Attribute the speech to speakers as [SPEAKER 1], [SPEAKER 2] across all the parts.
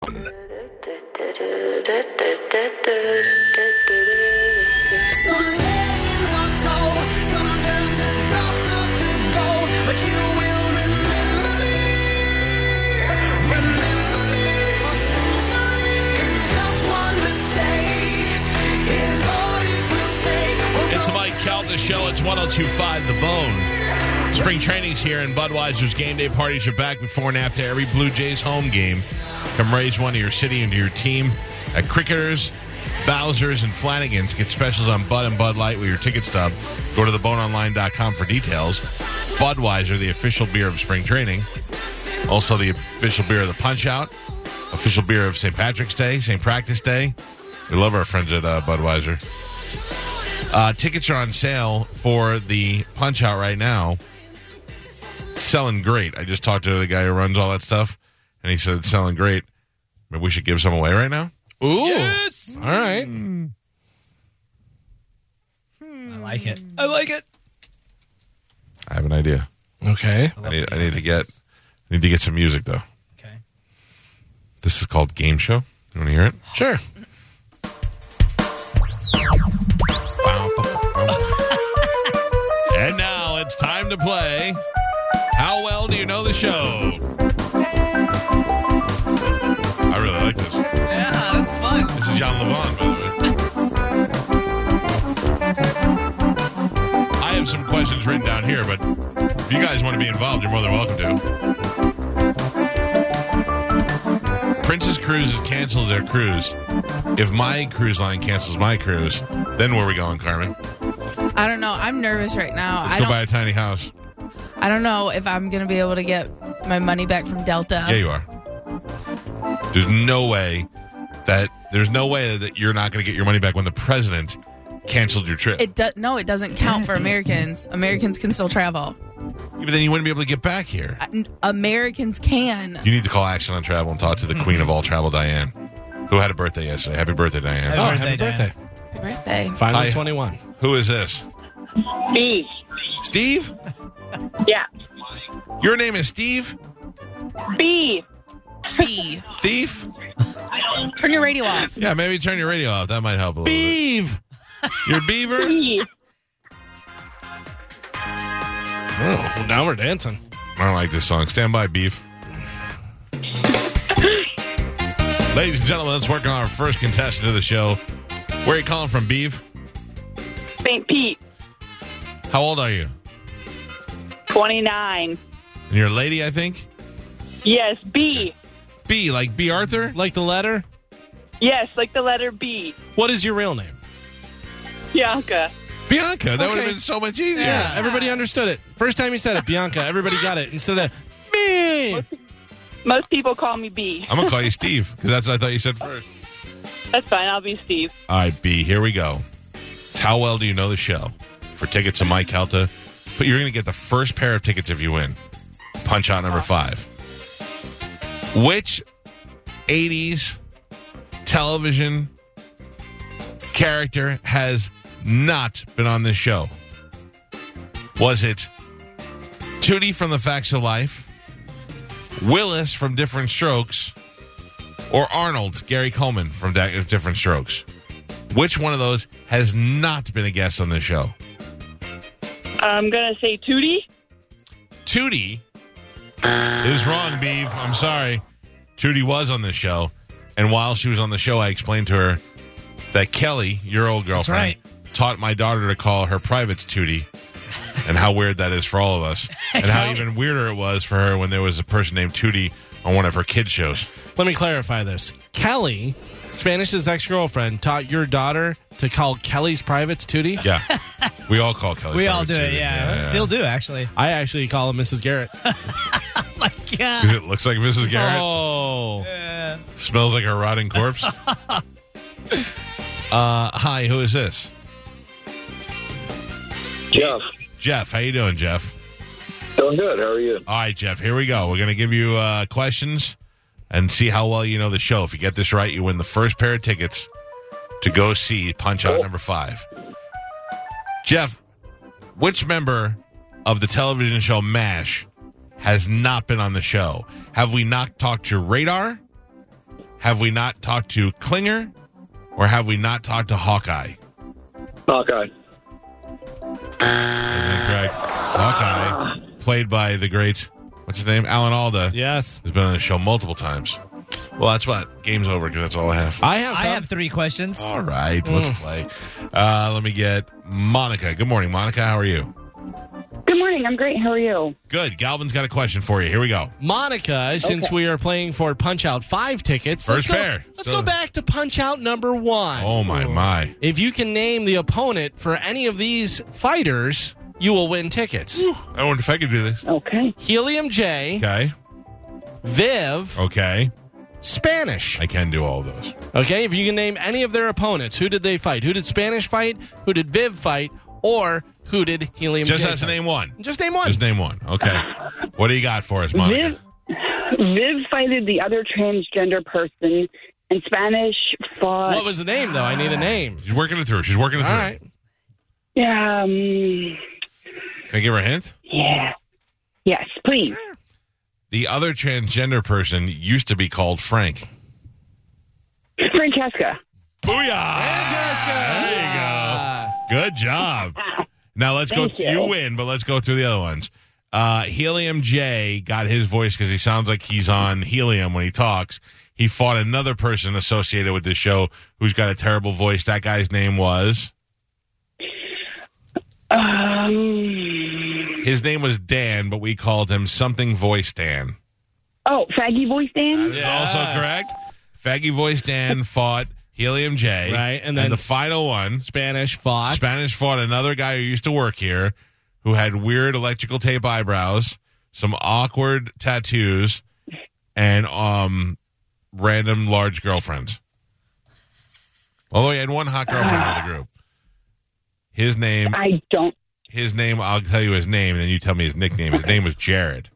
[SPEAKER 1] Oh,
[SPEAKER 2] Some legends are told, some turn to dust or to gold, but you will remember me. Remember me for centuries. Just one mistake is all it will take. We'll
[SPEAKER 3] It's a Mike Calda show. It's 1025 The Bone. Spring training's here, and Budweiser's game day parties are back before and after every Blue Jays home game. Come raise one to your city and to your team at Cricketers, Bowser's, and Flanagan's. Get specials on Bud and Bud Light with your ticket stub. Go to theboneonline.com for details. Budweiser, the official beer of spring training. Also, the official beer of the Punch Out, official beer of St. Patrick's Day, St. Practice Day. We love our friends at uh, Budweiser. Uh, tickets are on sale for the punch out right now. It's selling great. I just talked to the guy who runs all that stuff, and he said it's selling great. Maybe we should give some away right now.
[SPEAKER 4] Ooh. All right.
[SPEAKER 5] Hmm. I like it. I like it.
[SPEAKER 3] I have an idea.
[SPEAKER 4] Okay.
[SPEAKER 3] I need, I need to get I need to get some music though.
[SPEAKER 5] Okay.
[SPEAKER 3] This is called Game Show. You want to hear it?
[SPEAKER 4] Sure.
[SPEAKER 3] and now it's time to play. How well do you know the show? I really like this.
[SPEAKER 5] Yeah, that's fun.
[SPEAKER 3] This is John Levon, by the way. I have some questions written down here, but if you guys want to be involved, you're more than welcome to. Princess Cruises cancels their cruise. If my cruise line cancels my cruise, then where are we going, Carmen?
[SPEAKER 6] I don't know. I'm nervous right now. I
[SPEAKER 3] Go
[SPEAKER 6] don't.
[SPEAKER 3] buy a tiny house.
[SPEAKER 6] I don't know if I'm gonna be able to get my money back from Delta.
[SPEAKER 3] Yeah, you are. There's no way that there's no way that you're not going to get your money back when the president canceled your trip.
[SPEAKER 6] It does. No, it doesn't count for Americans. Americans can still travel.
[SPEAKER 3] Yeah, but then you wouldn't be able to get back here.
[SPEAKER 6] N- Americans can.
[SPEAKER 3] You need to call Action on Travel and talk to the
[SPEAKER 6] Mm-hmm.
[SPEAKER 3] queen of all travel, Diane, who had a birthday yesterday. Happy birthday, Diane.
[SPEAKER 5] Oh,
[SPEAKER 4] Oh,
[SPEAKER 5] birthday,
[SPEAKER 4] happy birthday.
[SPEAKER 6] Happy birthday.
[SPEAKER 4] Finally
[SPEAKER 3] Hi.
[SPEAKER 4] 21.
[SPEAKER 3] Who is this?
[SPEAKER 1] B.
[SPEAKER 3] Steve?
[SPEAKER 1] Yeah.
[SPEAKER 3] Your name is Steve?
[SPEAKER 1] B.
[SPEAKER 6] B.
[SPEAKER 3] Thief?
[SPEAKER 6] Turn your radio off.
[SPEAKER 3] Yeah, maybe turn your radio off. That might help a little
[SPEAKER 4] Eve.
[SPEAKER 3] bit. Your beaver?
[SPEAKER 1] B.
[SPEAKER 4] Oh, well, now we're dancing.
[SPEAKER 3] I don't like this song. Stand by, beef. Ladies and gentlemen, let's work on our first contestant of the show. Where are you calling from, beef?
[SPEAKER 1] St. Pete.
[SPEAKER 3] How old are you?
[SPEAKER 1] 29.
[SPEAKER 3] And you're a lady, I think?
[SPEAKER 1] Yes, B.
[SPEAKER 3] B, like B. Arthur?
[SPEAKER 4] Like the letter?
[SPEAKER 1] Yes, like the letter B.
[SPEAKER 4] What is your real name?
[SPEAKER 1] Bianca.
[SPEAKER 3] Bianca. That would have
[SPEAKER 4] Okay.
[SPEAKER 3] been so much easier.
[SPEAKER 4] Yeah. Everybody understood it. First time you said it, Bianca, everybody got it instead of me.
[SPEAKER 1] Most people call me B.
[SPEAKER 3] I'm going to call you Steve because that's what I thought you said first.
[SPEAKER 1] That's fine. I'll be Steve.
[SPEAKER 3] All right, B, here we go. It's How well do you know the show? For tickets to Mike Calta, but you're going to get the first pair of tickets if you win. Punch out number five. Which 80s television character has not been on this show? Was it Tootie from The Facts of Life, Willis from Different Strokes, or Arnold, Gary Coleman from Da- Different Strokes? Which one of those has not been a guest on the show?
[SPEAKER 1] I'm going to say Tootie.
[SPEAKER 3] Tootie is wrong, Beav. I'm sorry. Tootie was on the show. And while she was on the show, I explained to her that Kelly, your old girlfriend,
[SPEAKER 5] right.
[SPEAKER 3] taught my daughter to call her privates Tootie. And how weird that is for all of us. And how even weirder it was for her when there was a person named Tootie on one of her kids' shows.
[SPEAKER 4] Let me clarify this. Kelly, Spanish's ex girlfriend, taught your daughter to call Kelly's privates Tootie.
[SPEAKER 3] Yeah. we all call Kelly
[SPEAKER 5] We
[SPEAKER 3] privates
[SPEAKER 5] all do it.
[SPEAKER 3] Tootie.
[SPEAKER 5] Yeah, still do actually.
[SPEAKER 4] I actually call him Mrs. Garrett.
[SPEAKER 5] Like yeah.
[SPEAKER 3] Because it looks like Mrs. Garrett.
[SPEAKER 4] Oh.
[SPEAKER 5] Uh, man.
[SPEAKER 3] Smells like a rotting corpse. uh, hi, who is this?
[SPEAKER 7] Jeff,
[SPEAKER 3] Jeff. How you doing, Jeff?
[SPEAKER 7] doing good. How are you?
[SPEAKER 3] All right, Jeff. Here we go. We're going to give you uh, questions and see how well you know the show. If you get this right, you win the first pair of tickets to go see Punch Out Number Five. Jeff, which member of the television show MASH has not been on the show? Have we not talked to Radar? Have we not talked to Klinger? Or have we not talked to Hawkeye?
[SPEAKER 7] Okay.
[SPEAKER 3] Is incorrect. Hawkeye, played by the great, what's his name? Alan Alda.
[SPEAKER 4] Yes.
[SPEAKER 3] He's been on the show multiple times. Well, that's what. Game's over because that's all I have.
[SPEAKER 4] I have
[SPEAKER 5] I
[SPEAKER 4] some.
[SPEAKER 5] have three questions.
[SPEAKER 3] All right,
[SPEAKER 4] Hmm.
[SPEAKER 3] let's play. Uh, let me get Monica. Good morning, Monica. How are you?
[SPEAKER 1] Good morning. I'm great. How are you?
[SPEAKER 3] Good. Galvin's got a question for you. Here we go.
[SPEAKER 4] Monica, since we are playing for Punch Out 5 tickets,
[SPEAKER 3] First
[SPEAKER 4] let's, go,
[SPEAKER 3] pair.
[SPEAKER 4] let's
[SPEAKER 3] So-
[SPEAKER 4] go back to Punch Out number one.
[SPEAKER 3] Oh, my, my.
[SPEAKER 4] If you can name the opponent for any of these fighters, you will win tickets.
[SPEAKER 3] I wonder if I could do this.
[SPEAKER 1] Okay.
[SPEAKER 4] Helium J,
[SPEAKER 3] Okay.
[SPEAKER 4] Viv,
[SPEAKER 3] Okay.
[SPEAKER 4] Spanish.
[SPEAKER 3] I can do all those.
[SPEAKER 4] Okay, if you can name any of their opponents, who did they fight? Who did Spanish fight? Who did Viv fight? Or who did Helium
[SPEAKER 3] Just
[SPEAKER 4] J
[SPEAKER 3] have to
[SPEAKER 4] fight?
[SPEAKER 3] name one.
[SPEAKER 4] Just name one.
[SPEAKER 3] Just name one. Okay. What do you got for us, Monica?
[SPEAKER 1] Viv, Viv fighted the other transgender person in Spanish. Fought.
[SPEAKER 4] what was the name, though? I need a name.
[SPEAKER 3] She's working it through. She's working it
[SPEAKER 4] All
[SPEAKER 3] through.
[SPEAKER 4] right.
[SPEAKER 1] Yeah. Um,
[SPEAKER 3] Can I give her a hint?
[SPEAKER 1] yeah. Yes, please.
[SPEAKER 3] The other transgender person used to be called Frank.
[SPEAKER 1] Francesca.
[SPEAKER 3] Booyah! There you go. Good job. Now let's go.
[SPEAKER 1] Thank you.
[SPEAKER 3] you win, but let's go through the other ones. Uh, Helium J got his voice because he sounds like he's on helium when he talks. He fought another person associated with this show who's got a terrible voice. That guy's name was
[SPEAKER 1] Um.
[SPEAKER 3] his name was Dan, but we called him something voice Dan.
[SPEAKER 1] Oh, faggy voice Dan.
[SPEAKER 3] That is also correct. Faggy voice Dan fought Helium J.
[SPEAKER 4] Right, and then-
[SPEAKER 3] the final one
[SPEAKER 4] Spanish fought.
[SPEAKER 3] Spanish fought another guy who used to work here who had weird electrical tape eyebrows, some awkward tattoos, and um random large girlfriends. Although he had one hot girlfriend out of the group. His name
[SPEAKER 1] I don't.
[SPEAKER 3] his name I'll tell you his name and then you tell me his nickname. His name was Jared.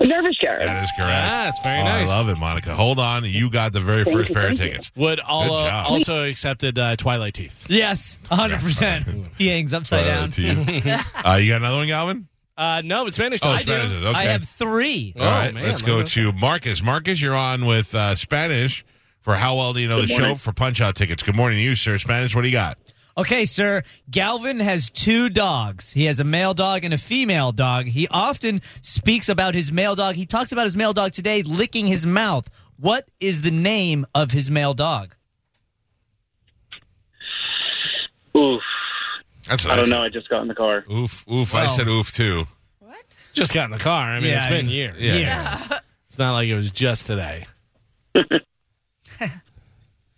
[SPEAKER 1] Nervous Jared.
[SPEAKER 3] That is correct.
[SPEAKER 4] Yes, very
[SPEAKER 3] Oh,
[SPEAKER 4] nice.
[SPEAKER 3] I love it, Monica. Hold on. You got the very
[SPEAKER 1] Thank
[SPEAKER 3] first
[SPEAKER 1] you,
[SPEAKER 3] pair of
[SPEAKER 1] thank you.
[SPEAKER 3] tickets.
[SPEAKER 4] Would all,
[SPEAKER 3] Good job.
[SPEAKER 4] also accepted uh, Twilight Teeth.
[SPEAKER 5] Yes, 100%. He hangs upside
[SPEAKER 3] Right
[SPEAKER 5] down.
[SPEAKER 3] to you. uh, you got another one, Galvin?
[SPEAKER 4] Uh, no, but Spanish.
[SPEAKER 3] Oh,
[SPEAKER 4] I
[SPEAKER 3] Spanish.
[SPEAKER 4] do.
[SPEAKER 3] Okay.
[SPEAKER 5] I have three.
[SPEAKER 4] Oh,
[SPEAKER 3] All right,
[SPEAKER 4] man,
[SPEAKER 3] let's
[SPEAKER 4] look
[SPEAKER 3] go
[SPEAKER 4] at that.
[SPEAKER 3] to Marcus. Marcus, you're on with uh, Spanish for how well do you know the show for punch out tickets. Good morning to you, sir. Spanish, what do you got?
[SPEAKER 5] Okay, sir. Galvin has two dogs. He has a male dog and a female dog. He often speaks about his male dog. He talked about his male dog today licking his mouth. What is the name of his male dog?
[SPEAKER 7] Oof.
[SPEAKER 3] That's what
[SPEAKER 7] I don't
[SPEAKER 3] said.
[SPEAKER 7] know. I just got in the car.
[SPEAKER 3] Oof, oof. I
[SPEAKER 5] Well-
[SPEAKER 3] said oof too.
[SPEAKER 6] What?
[SPEAKER 4] Just got in the car. I mean,
[SPEAKER 5] Yeah,
[SPEAKER 4] it's
[SPEAKER 5] I
[SPEAKER 4] been
[SPEAKER 5] mean-
[SPEAKER 4] years.
[SPEAKER 3] Yeah.
[SPEAKER 4] It's not like it was just today.
[SPEAKER 3] You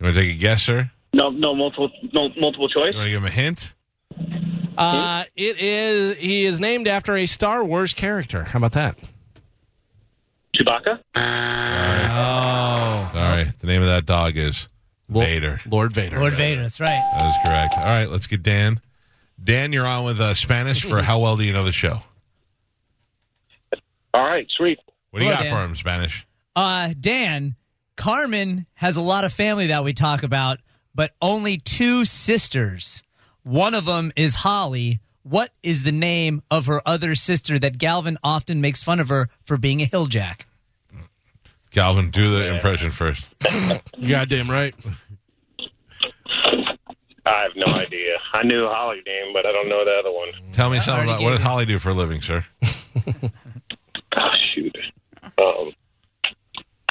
[SPEAKER 3] want to take a guess, sir?
[SPEAKER 7] No, no multiple, no multiple choice.
[SPEAKER 3] You want to give him a hint?
[SPEAKER 4] Uh, it is. He is named after a Star Wars character. How about that?
[SPEAKER 7] Chewbacca.
[SPEAKER 3] All
[SPEAKER 4] Oh,
[SPEAKER 3] right. The name of that dog is Vader.
[SPEAKER 4] Lord Vader.
[SPEAKER 5] Lord Vader. That's right.
[SPEAKER 3] That is correct. All right, let's get Dan. Dan, you're on with uh, Spanish for how well do you know the show?
[SPEAKER 7] All right, sweet.
[SPEAKER 3] What do you
[SPEAKER 5] Hello,
[SPEAKER 3] got
[SPEAKER 5] Dan.
[SPEAKER 3] for him, Spanish?
[SPEAKER 5] Uh, Dan, Carmen has a lot of family that we talk about, but only two sisters. One of them is Holly. What is the name of her other sister that Galvin often makes fun of her for being a hilljack?
[SPEAKER 3] Galvin, do the impression first.
[SPEAKER 4] Goddamn right.
[SPEAKER 8] I have no idea. I knew Holly name, but I don't know the other one.
[SPEAKER 3] Tell me something
[SPEAKER 5] already
[SPEAKER 3] about what
[SPEAKER 5] gave
[SPEAKER 3] did
[SPEAKER 5] you-
[SPEAKER 3] Holly do for a living, sir?
[SPEAKER 8] Oh shoot. Um,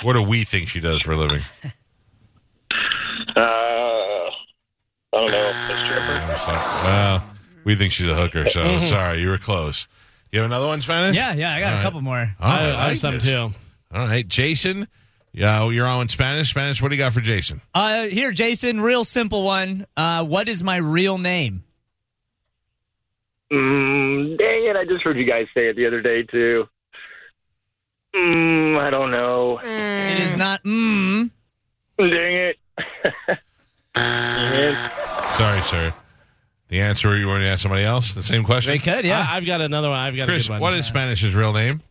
[SPEAKER 3] What do we think she does for a living?
[SPEAKER 8] uh, I don't know. A stripper.
[SPEAKER 3] I'm sorry. Well, we think she's a hooker, so sorry, you were close. You have another one, Spanish?
[SPEAKER 5] Mm-hmm. Yeah, yeah, I got
[SPEAKER 3] All right.
[SPEAKER 5] a couple more.
[SPEAKER 3] All right,
[SPEAKER 4] I, I
[SPEAKER 3] like
[SPEAKER 4] have some
[SPEAKER 3] this.
[SPEAKER 4] too.
[SPEAKER 3] All right, Jason. Yeah, well, you're on with Spanish. Spanish, what do you got for Jason?
[SPEAKER 5] Uh, here, Jason, real simple one. Uh, what is my real name?
[SPEAKER 8] Mm, dang it! I just heard you guys say it the other day too. Mm, I don't know.
[SPEAKER 5] It is not. Mm.
[SPEAKER 8] Dang it.
[SPEAKER 3] Sorry, sir. The answer you want to ask somebody else? The same question?
[SPEAKER 5] They could, yeah.
[SPEAKER 4] I, have got another one. I've got a
[SPEAKER 3] Chris,
[SPEAKER 4] good one. uh,
[SPEAKER 3] what is Spanish's real name?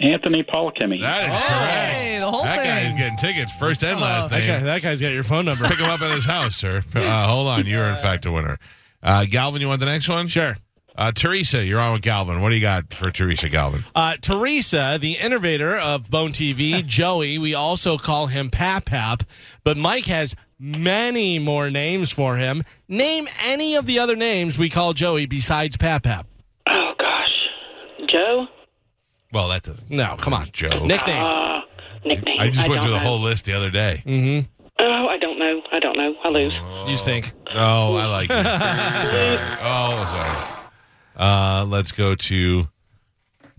[SPEAKER 7] Anthony Paul Kimmy.
[SPEAKER 3] That is
[SPEAKER 5] Hey, the whole
[SPEAKER 3] correct. That guy
[SPEAKER 5] thing.
[SPEAKER 3] is getting tickets, first and last
[SPEAKER 4] that,
[SPEAKER 3] name.
[SPEAKER 4] guy, that guy's got your phone number.
[SPEAKER 3] Pick him up at his house, sir. Uh, hold on. You're, in fact, a winner. Uh, Galvin, you want the next one?
[SPEAKER 4] sure.
[SPEAKER 3] Uh, Teresa, you're on with Galvin. What do you got for Teresa Galvin?
[SPEAKER 4] Uh, Teresa, the innovator of Bone TV, Joey, we also call him Pap Pap, but Mike has many more names for him. Name any of the other names we call Joey besides Pap Pap.
[SPEAKER 1] Oh gosh, Joe.
[SPEAKER 3] Well, that doesn't.
[SPEAKER 4] No, come on.
[SPEAKER 3] Joe.
[SPEAKER 4] Nickname.
[SPEAKER 1] Uh, nickname.
[SPEAKER 3] I just went
[SPEAKER 1] don't
[SPEAKER 3] through the
[SPEAKER 1] know.
[SPEAKER 3] whole list the other day.
[SPEAKER 1] Oh, I don't know. I don't know. I lose.
[SPEAKER 4] you think.
[SPEAKER 3] Oh, I like it. oh, sorry. Uh, let's go to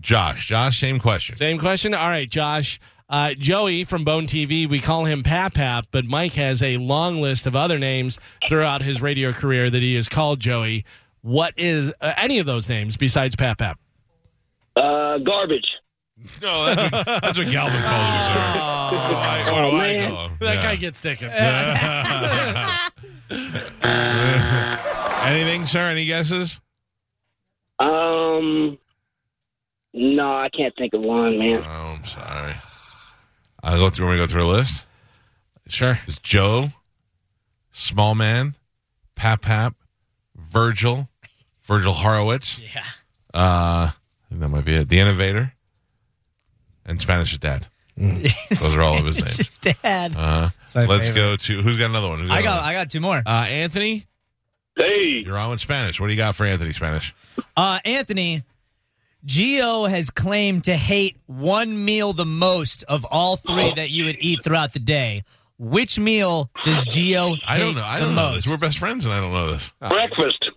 [SPEAKER 3] Josh. Josh, same question.
[SPEAKER 4] Same question. All right, Josh. Uh, Joey from Bone TV, we call him Pap Pap, but Mike has a long list of other names throughout his radio career that he has called Joey. What is uh, any of those names besides Pap Pap?
[SPEAKER 7] Uh, garbage.
[SPEAKER 3] No, that's what, that's what Galvin called him, sir. Oh, I, what do I call him?
[SPEAKER 4] That
[SPEAKER 3] Yeah.
[SPEAKER 4] guy gets taken.
[SPEAKER 3] Anything, sir? Any guesses?
[SPEAKER 7] Um, no, I can't think of one,
[SPEAKER 3] Oh,
[SPEAKER 7] man.
[SPEAKER 3] I'm sorry. I go through. Want to go through a list?
[SPEAKER 4] Sure.
[SPEAKER 3] It's Joe, Small Man, Pap Pap, Virgil, Virgil Horowitz.
[SPEAKER 5] Yeah.
[SPEAKER 3] Uh, I think that might be it. The Innovator, and Spanish is Dad. Those are all of his names.
[SPEAKER 5] Just dad.
[SPEAKER 3] Uh,
[SPEAKER 5] my
[SPEAKER 3] let's
[SPEAKER 5] favorite.
[SPEAKER 3] go to who's got another one? Who's
[SPEAKER 5] I got.
[SPEAKER 3] another
[SPEAKER 5] I got two more.
[SPEAKER 3] one? Uh, Anthony,
[SPEAKER 8] Hey.
[SPEAKER 3] you're on with Spanish. What do you got for Anthony Spanish?
[SPEAKER 5] Uh, Anthony, Geo has claimed to hate one meal the most of all three that you would eat throughout the day. Which meal does Geo?
[SPEAKER 3] I don't know. I don't
[SPEAKER 5] the
[SPEAKER 3] know
[SPEAKER 5] most?
[SPEAKER 3] this. We're best friends, and I don't know this.
[SPEAKER 8] Ah. Breakfast.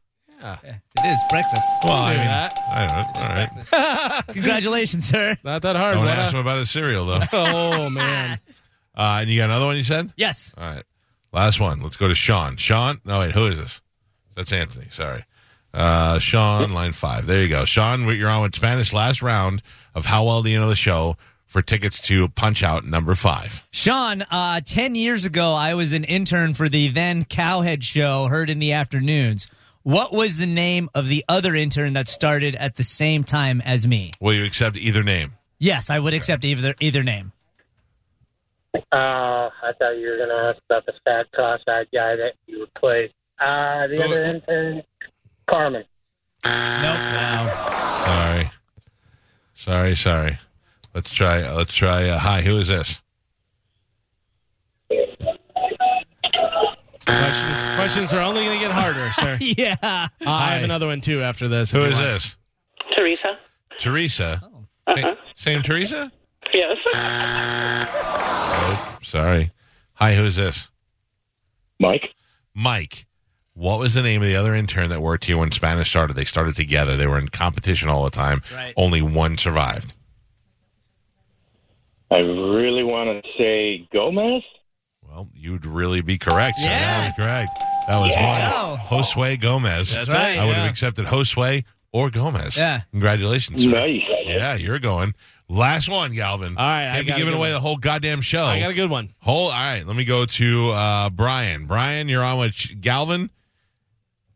[SPEAKER 5] It is breakfast.
[SPEAKER 3] Well, I
[SPEAKER 4] do
[SPEAKER 3] mean,
[SPEAKER 4] that.
[SPEAKER 3] I don't know. All right.
[SPEAKER 5] Congratulations, sir.
[SPEAKER 4] Not that hard.
[SPEAKER 3] Don't
[SPEAKER 4] what
[SPEAKER 3] ask
[SPEAKER 4] up?
[SPEAKER 3] him about his cereal, though.
[SPEAKER 4] Oh man.
[SPEAKER 3] Uh, and you got another one you said?
[SPEAKER 5] Yes.
[SPEAKER 3] All right. Last one. Let's go to Sean. Sean? No, wait. Who is this? That's Anthony. Sorry. Uh, Sean, line five. There you go. Sean, you're on with Spanish last round of How Well Do You Know the Show for tickets to Punch Out number five.
[SPEAKER 5] Sean, uh, 10 years ago, I was an intern for the then Cowhead show, heard in the afternoons. What was the name of the other intern that started at the same time as me?
[SPEAKER 3] Will you accept either name?
[SPEAKER 5] Yes, I would accept either either name.
[SPEAKER 9] Uh, I thought you were going to ask about the fat cross-eyed guy that you replaced. Uh, the
[SPEAKER 3] Who-
[SPEAKER 9] other intern, Carmen.
[SPEAKER 5] Nope. No.
[SPEAKER 3] Sorry. Sorry, sorry. Let's try. uh, Let's try. Uh, hi, who is this?
[SPEAKER 4] Questions, questions are only going to get harder, sir.
[SPEAKER 5] Yeah.
[SPEAKER 4] Uh, I have another one too after this. if
[SPEAKER 3] Who
[SPEAKER 4] you
[SPEAKER 3] is
[SPEAKER 4] want. Oh.
[SPEAKER 3] this?
[SPEAKER 1] Teresa.
[SPEAKER 3] Teresa. Same, same Teresa?
[SPEAKER 1] Yes.
[SPEAKER 3] Oh, sorry. Hi, who is this?
[SPEAKER 8] Mike.
[SPEAKER 3] Mike, what was the name of the other intern that worked here when Spanish started? They started together. They were in competition all the time.
[SPEAKER 5] right.
[SPEAKER 3] Only one survived.
[SPEAKER 8] I really want to say Gomez.
[SPEAKER 3] Well, you'd really be correct. sir.
[SPEAKER 5] Yes.
[SPEAKER 3] That was correct. That was
[SPEAKER 5] Yeah.
[SPEAKER 3] one. Josue Gomez.
[SPEAKER 4] That's right,
[SPEAKER 3] I would have
[SPEAKER 4] yeah.
[SPEAKER 3] accepted Josue or Gomez.
[SPEAKER 5] Yeah.
[SPEAKER 3] Congratulations. Sir.
[SPEAKER 8] Nice.
[SPEAKER 3] Yeah, you're going. Last one, Galvin.
[SPEAKER 4] All right, I
[SPEAKER 3] Can't be
[SPEAKER 4] got a
[SPEAKER 3] giving
[SPEAKER 4] good
[SPEAKER 3] away
[SPEAKER 4] one.
[SPEAKER 3] the whole goddamn show.
[SPEAKER 4] I got a good one.
[SPEAKER 3] Whole, all right, let me go to uh, Brian. Brian, you're on with Ch- Galvin.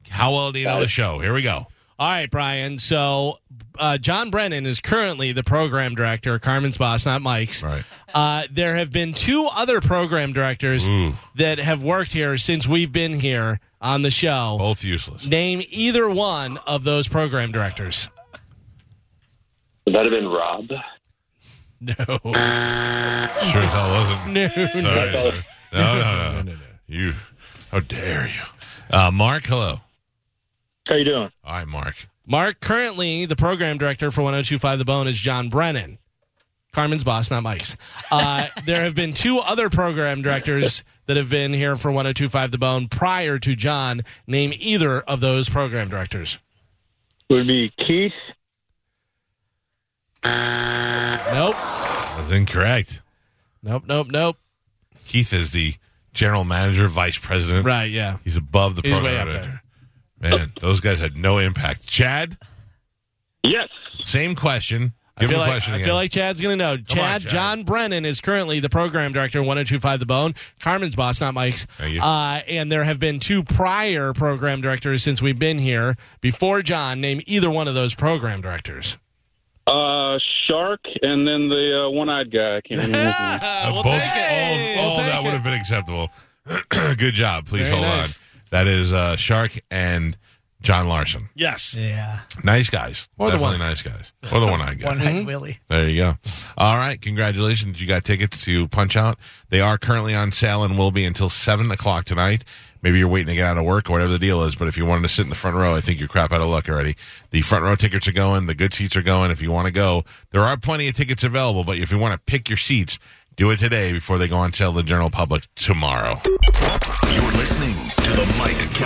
[SPEAKER 3] How well do you know the show? Here we go.
[SPEAKER 4] All right, Brian. So uh, John Brennan is currently the program director, Carmen's boss, not Mike's.
[SPEAKER 3] Right.
[SPEAKER 4] Uh, there have been two other program directors
[SPEAKER 3] Ooh.
[SPEAKER 4] that have worked here since we've been here on the show.
[SPEAKER 3] Both useless.
[SPEAKER 4] Name either one of those program directors.
[SPEAKER 8] Would that have been Rob?
[SPEAKER 4] No.
[SPEAKER 3] Sure as hell wasn't.
[SPEAKER 4] No.
[SPEAKER 3] Sorry, sorry. No, no, no, no. You, how dare you? Uh, Mark, hello.
[SPEAKER 7] How you doing?
[SPEAKER 3] All right, Mark.
[SPEAKER 4] Mark, currently the program director for 1025 The Bone is John Brennan. Carmen's boss, not Mike's. Uh, there have been two other program directors that have been here for 1025 The Bone prior to John. Name either of those program directors.
[SPEAKER 7] Would be Keith.
[SPEAKER 4] Nope.
[SPEAKER 3] That's incorrect.
[SPEAKER 4] Nope, nope, nope.
[SPEAKER 3] Keith is the general manager, vice president.
[SPEAKER 4] Right, yeah.
[SPEAKER 3] He's above the
[SPEAKER 4] He's
[SPEAKER 3] program
[SPEAKER 4] way up
[SPEAKER 3] director. Man, those guys had no impact. Chad,
[SPEAKER 8] Yes.
[SPEAKER 3] same question.
[SPEAKER 4] I
[SPEAKER 3] Give him
[SPEAKER 4] feel
[SPEAKER 3] a
[SPEAKER 4] like,
[SPEAKER 3] question
[SPEAKER 4] I
[SPEAKER 3] again.
[SPEAKER 4] feel like Chad's going to know.
[SPEAKER 3] Come on,
[SPEAKER 4] Chad,
[SPEAKER 3] Chad.
[SPEAKER 4] John Brennan is currently the program director of 1025 The Bone, Carmen's boss, not Mike's.
[SPEAKER 3] Thank you.
[SPEAKER 4] Uh, and there have been two prior program directors since we've been here before John. Name either one of those program directors.
[SPEAKER 10] Uh, Shark, and then the uh, one-eyed guy. I can't remember. his name.
[SPEAKER 3] Uh,
[SPEAKER 4] we'll
[SPEAKER 3] both,
[SPEAKER 4] take it.
[SPEAKER 3] All,
[SPEAKER 4] We'll
[SPEAKER 3] all
[SPEAKER 4] take
[SPEAKER 3] that
[SPEAKER 4] it.
[SPEAKER 3] would have been acceptable. Good job. Please
[SPEAKER 4] Very
[SPEAKER 3] hold
[SPEAKER 4] nice.
[SPEAKER 3] on. That is uh, Shark and John Larson.
[SPEAKER 4] Yes.
[SPEAKER 5] Yeah.
[SPEAKER 4] Mm-hmm.
[SPEAKER 3] Nice guys.
[SPEAKER 4] Or the
[SPEAKER 3] Definitely
[SPEAKER 4] one-
[SPEAKER 3] nice guys. Or the one I got.
[SPEAKER 5] One eyed Willie.
[SPEAKER 3] There you go. All right. Congratulations. You got tickets to Punch Out. They are currently on sale and will be until 7 o'clock tonight. Maybe you're waiting to get out of work or whatever the deal is, but if you wanted to sit in the front row, I think you're crap out of luck already. The front row tickets are going. The good seats are going. If you want to go, there are plenty of tickets available, but if you want to pick your seats, do it today before they go on sale to the general public tomorrow.
[SPEAKER 11] You're listening to the Mike Cal-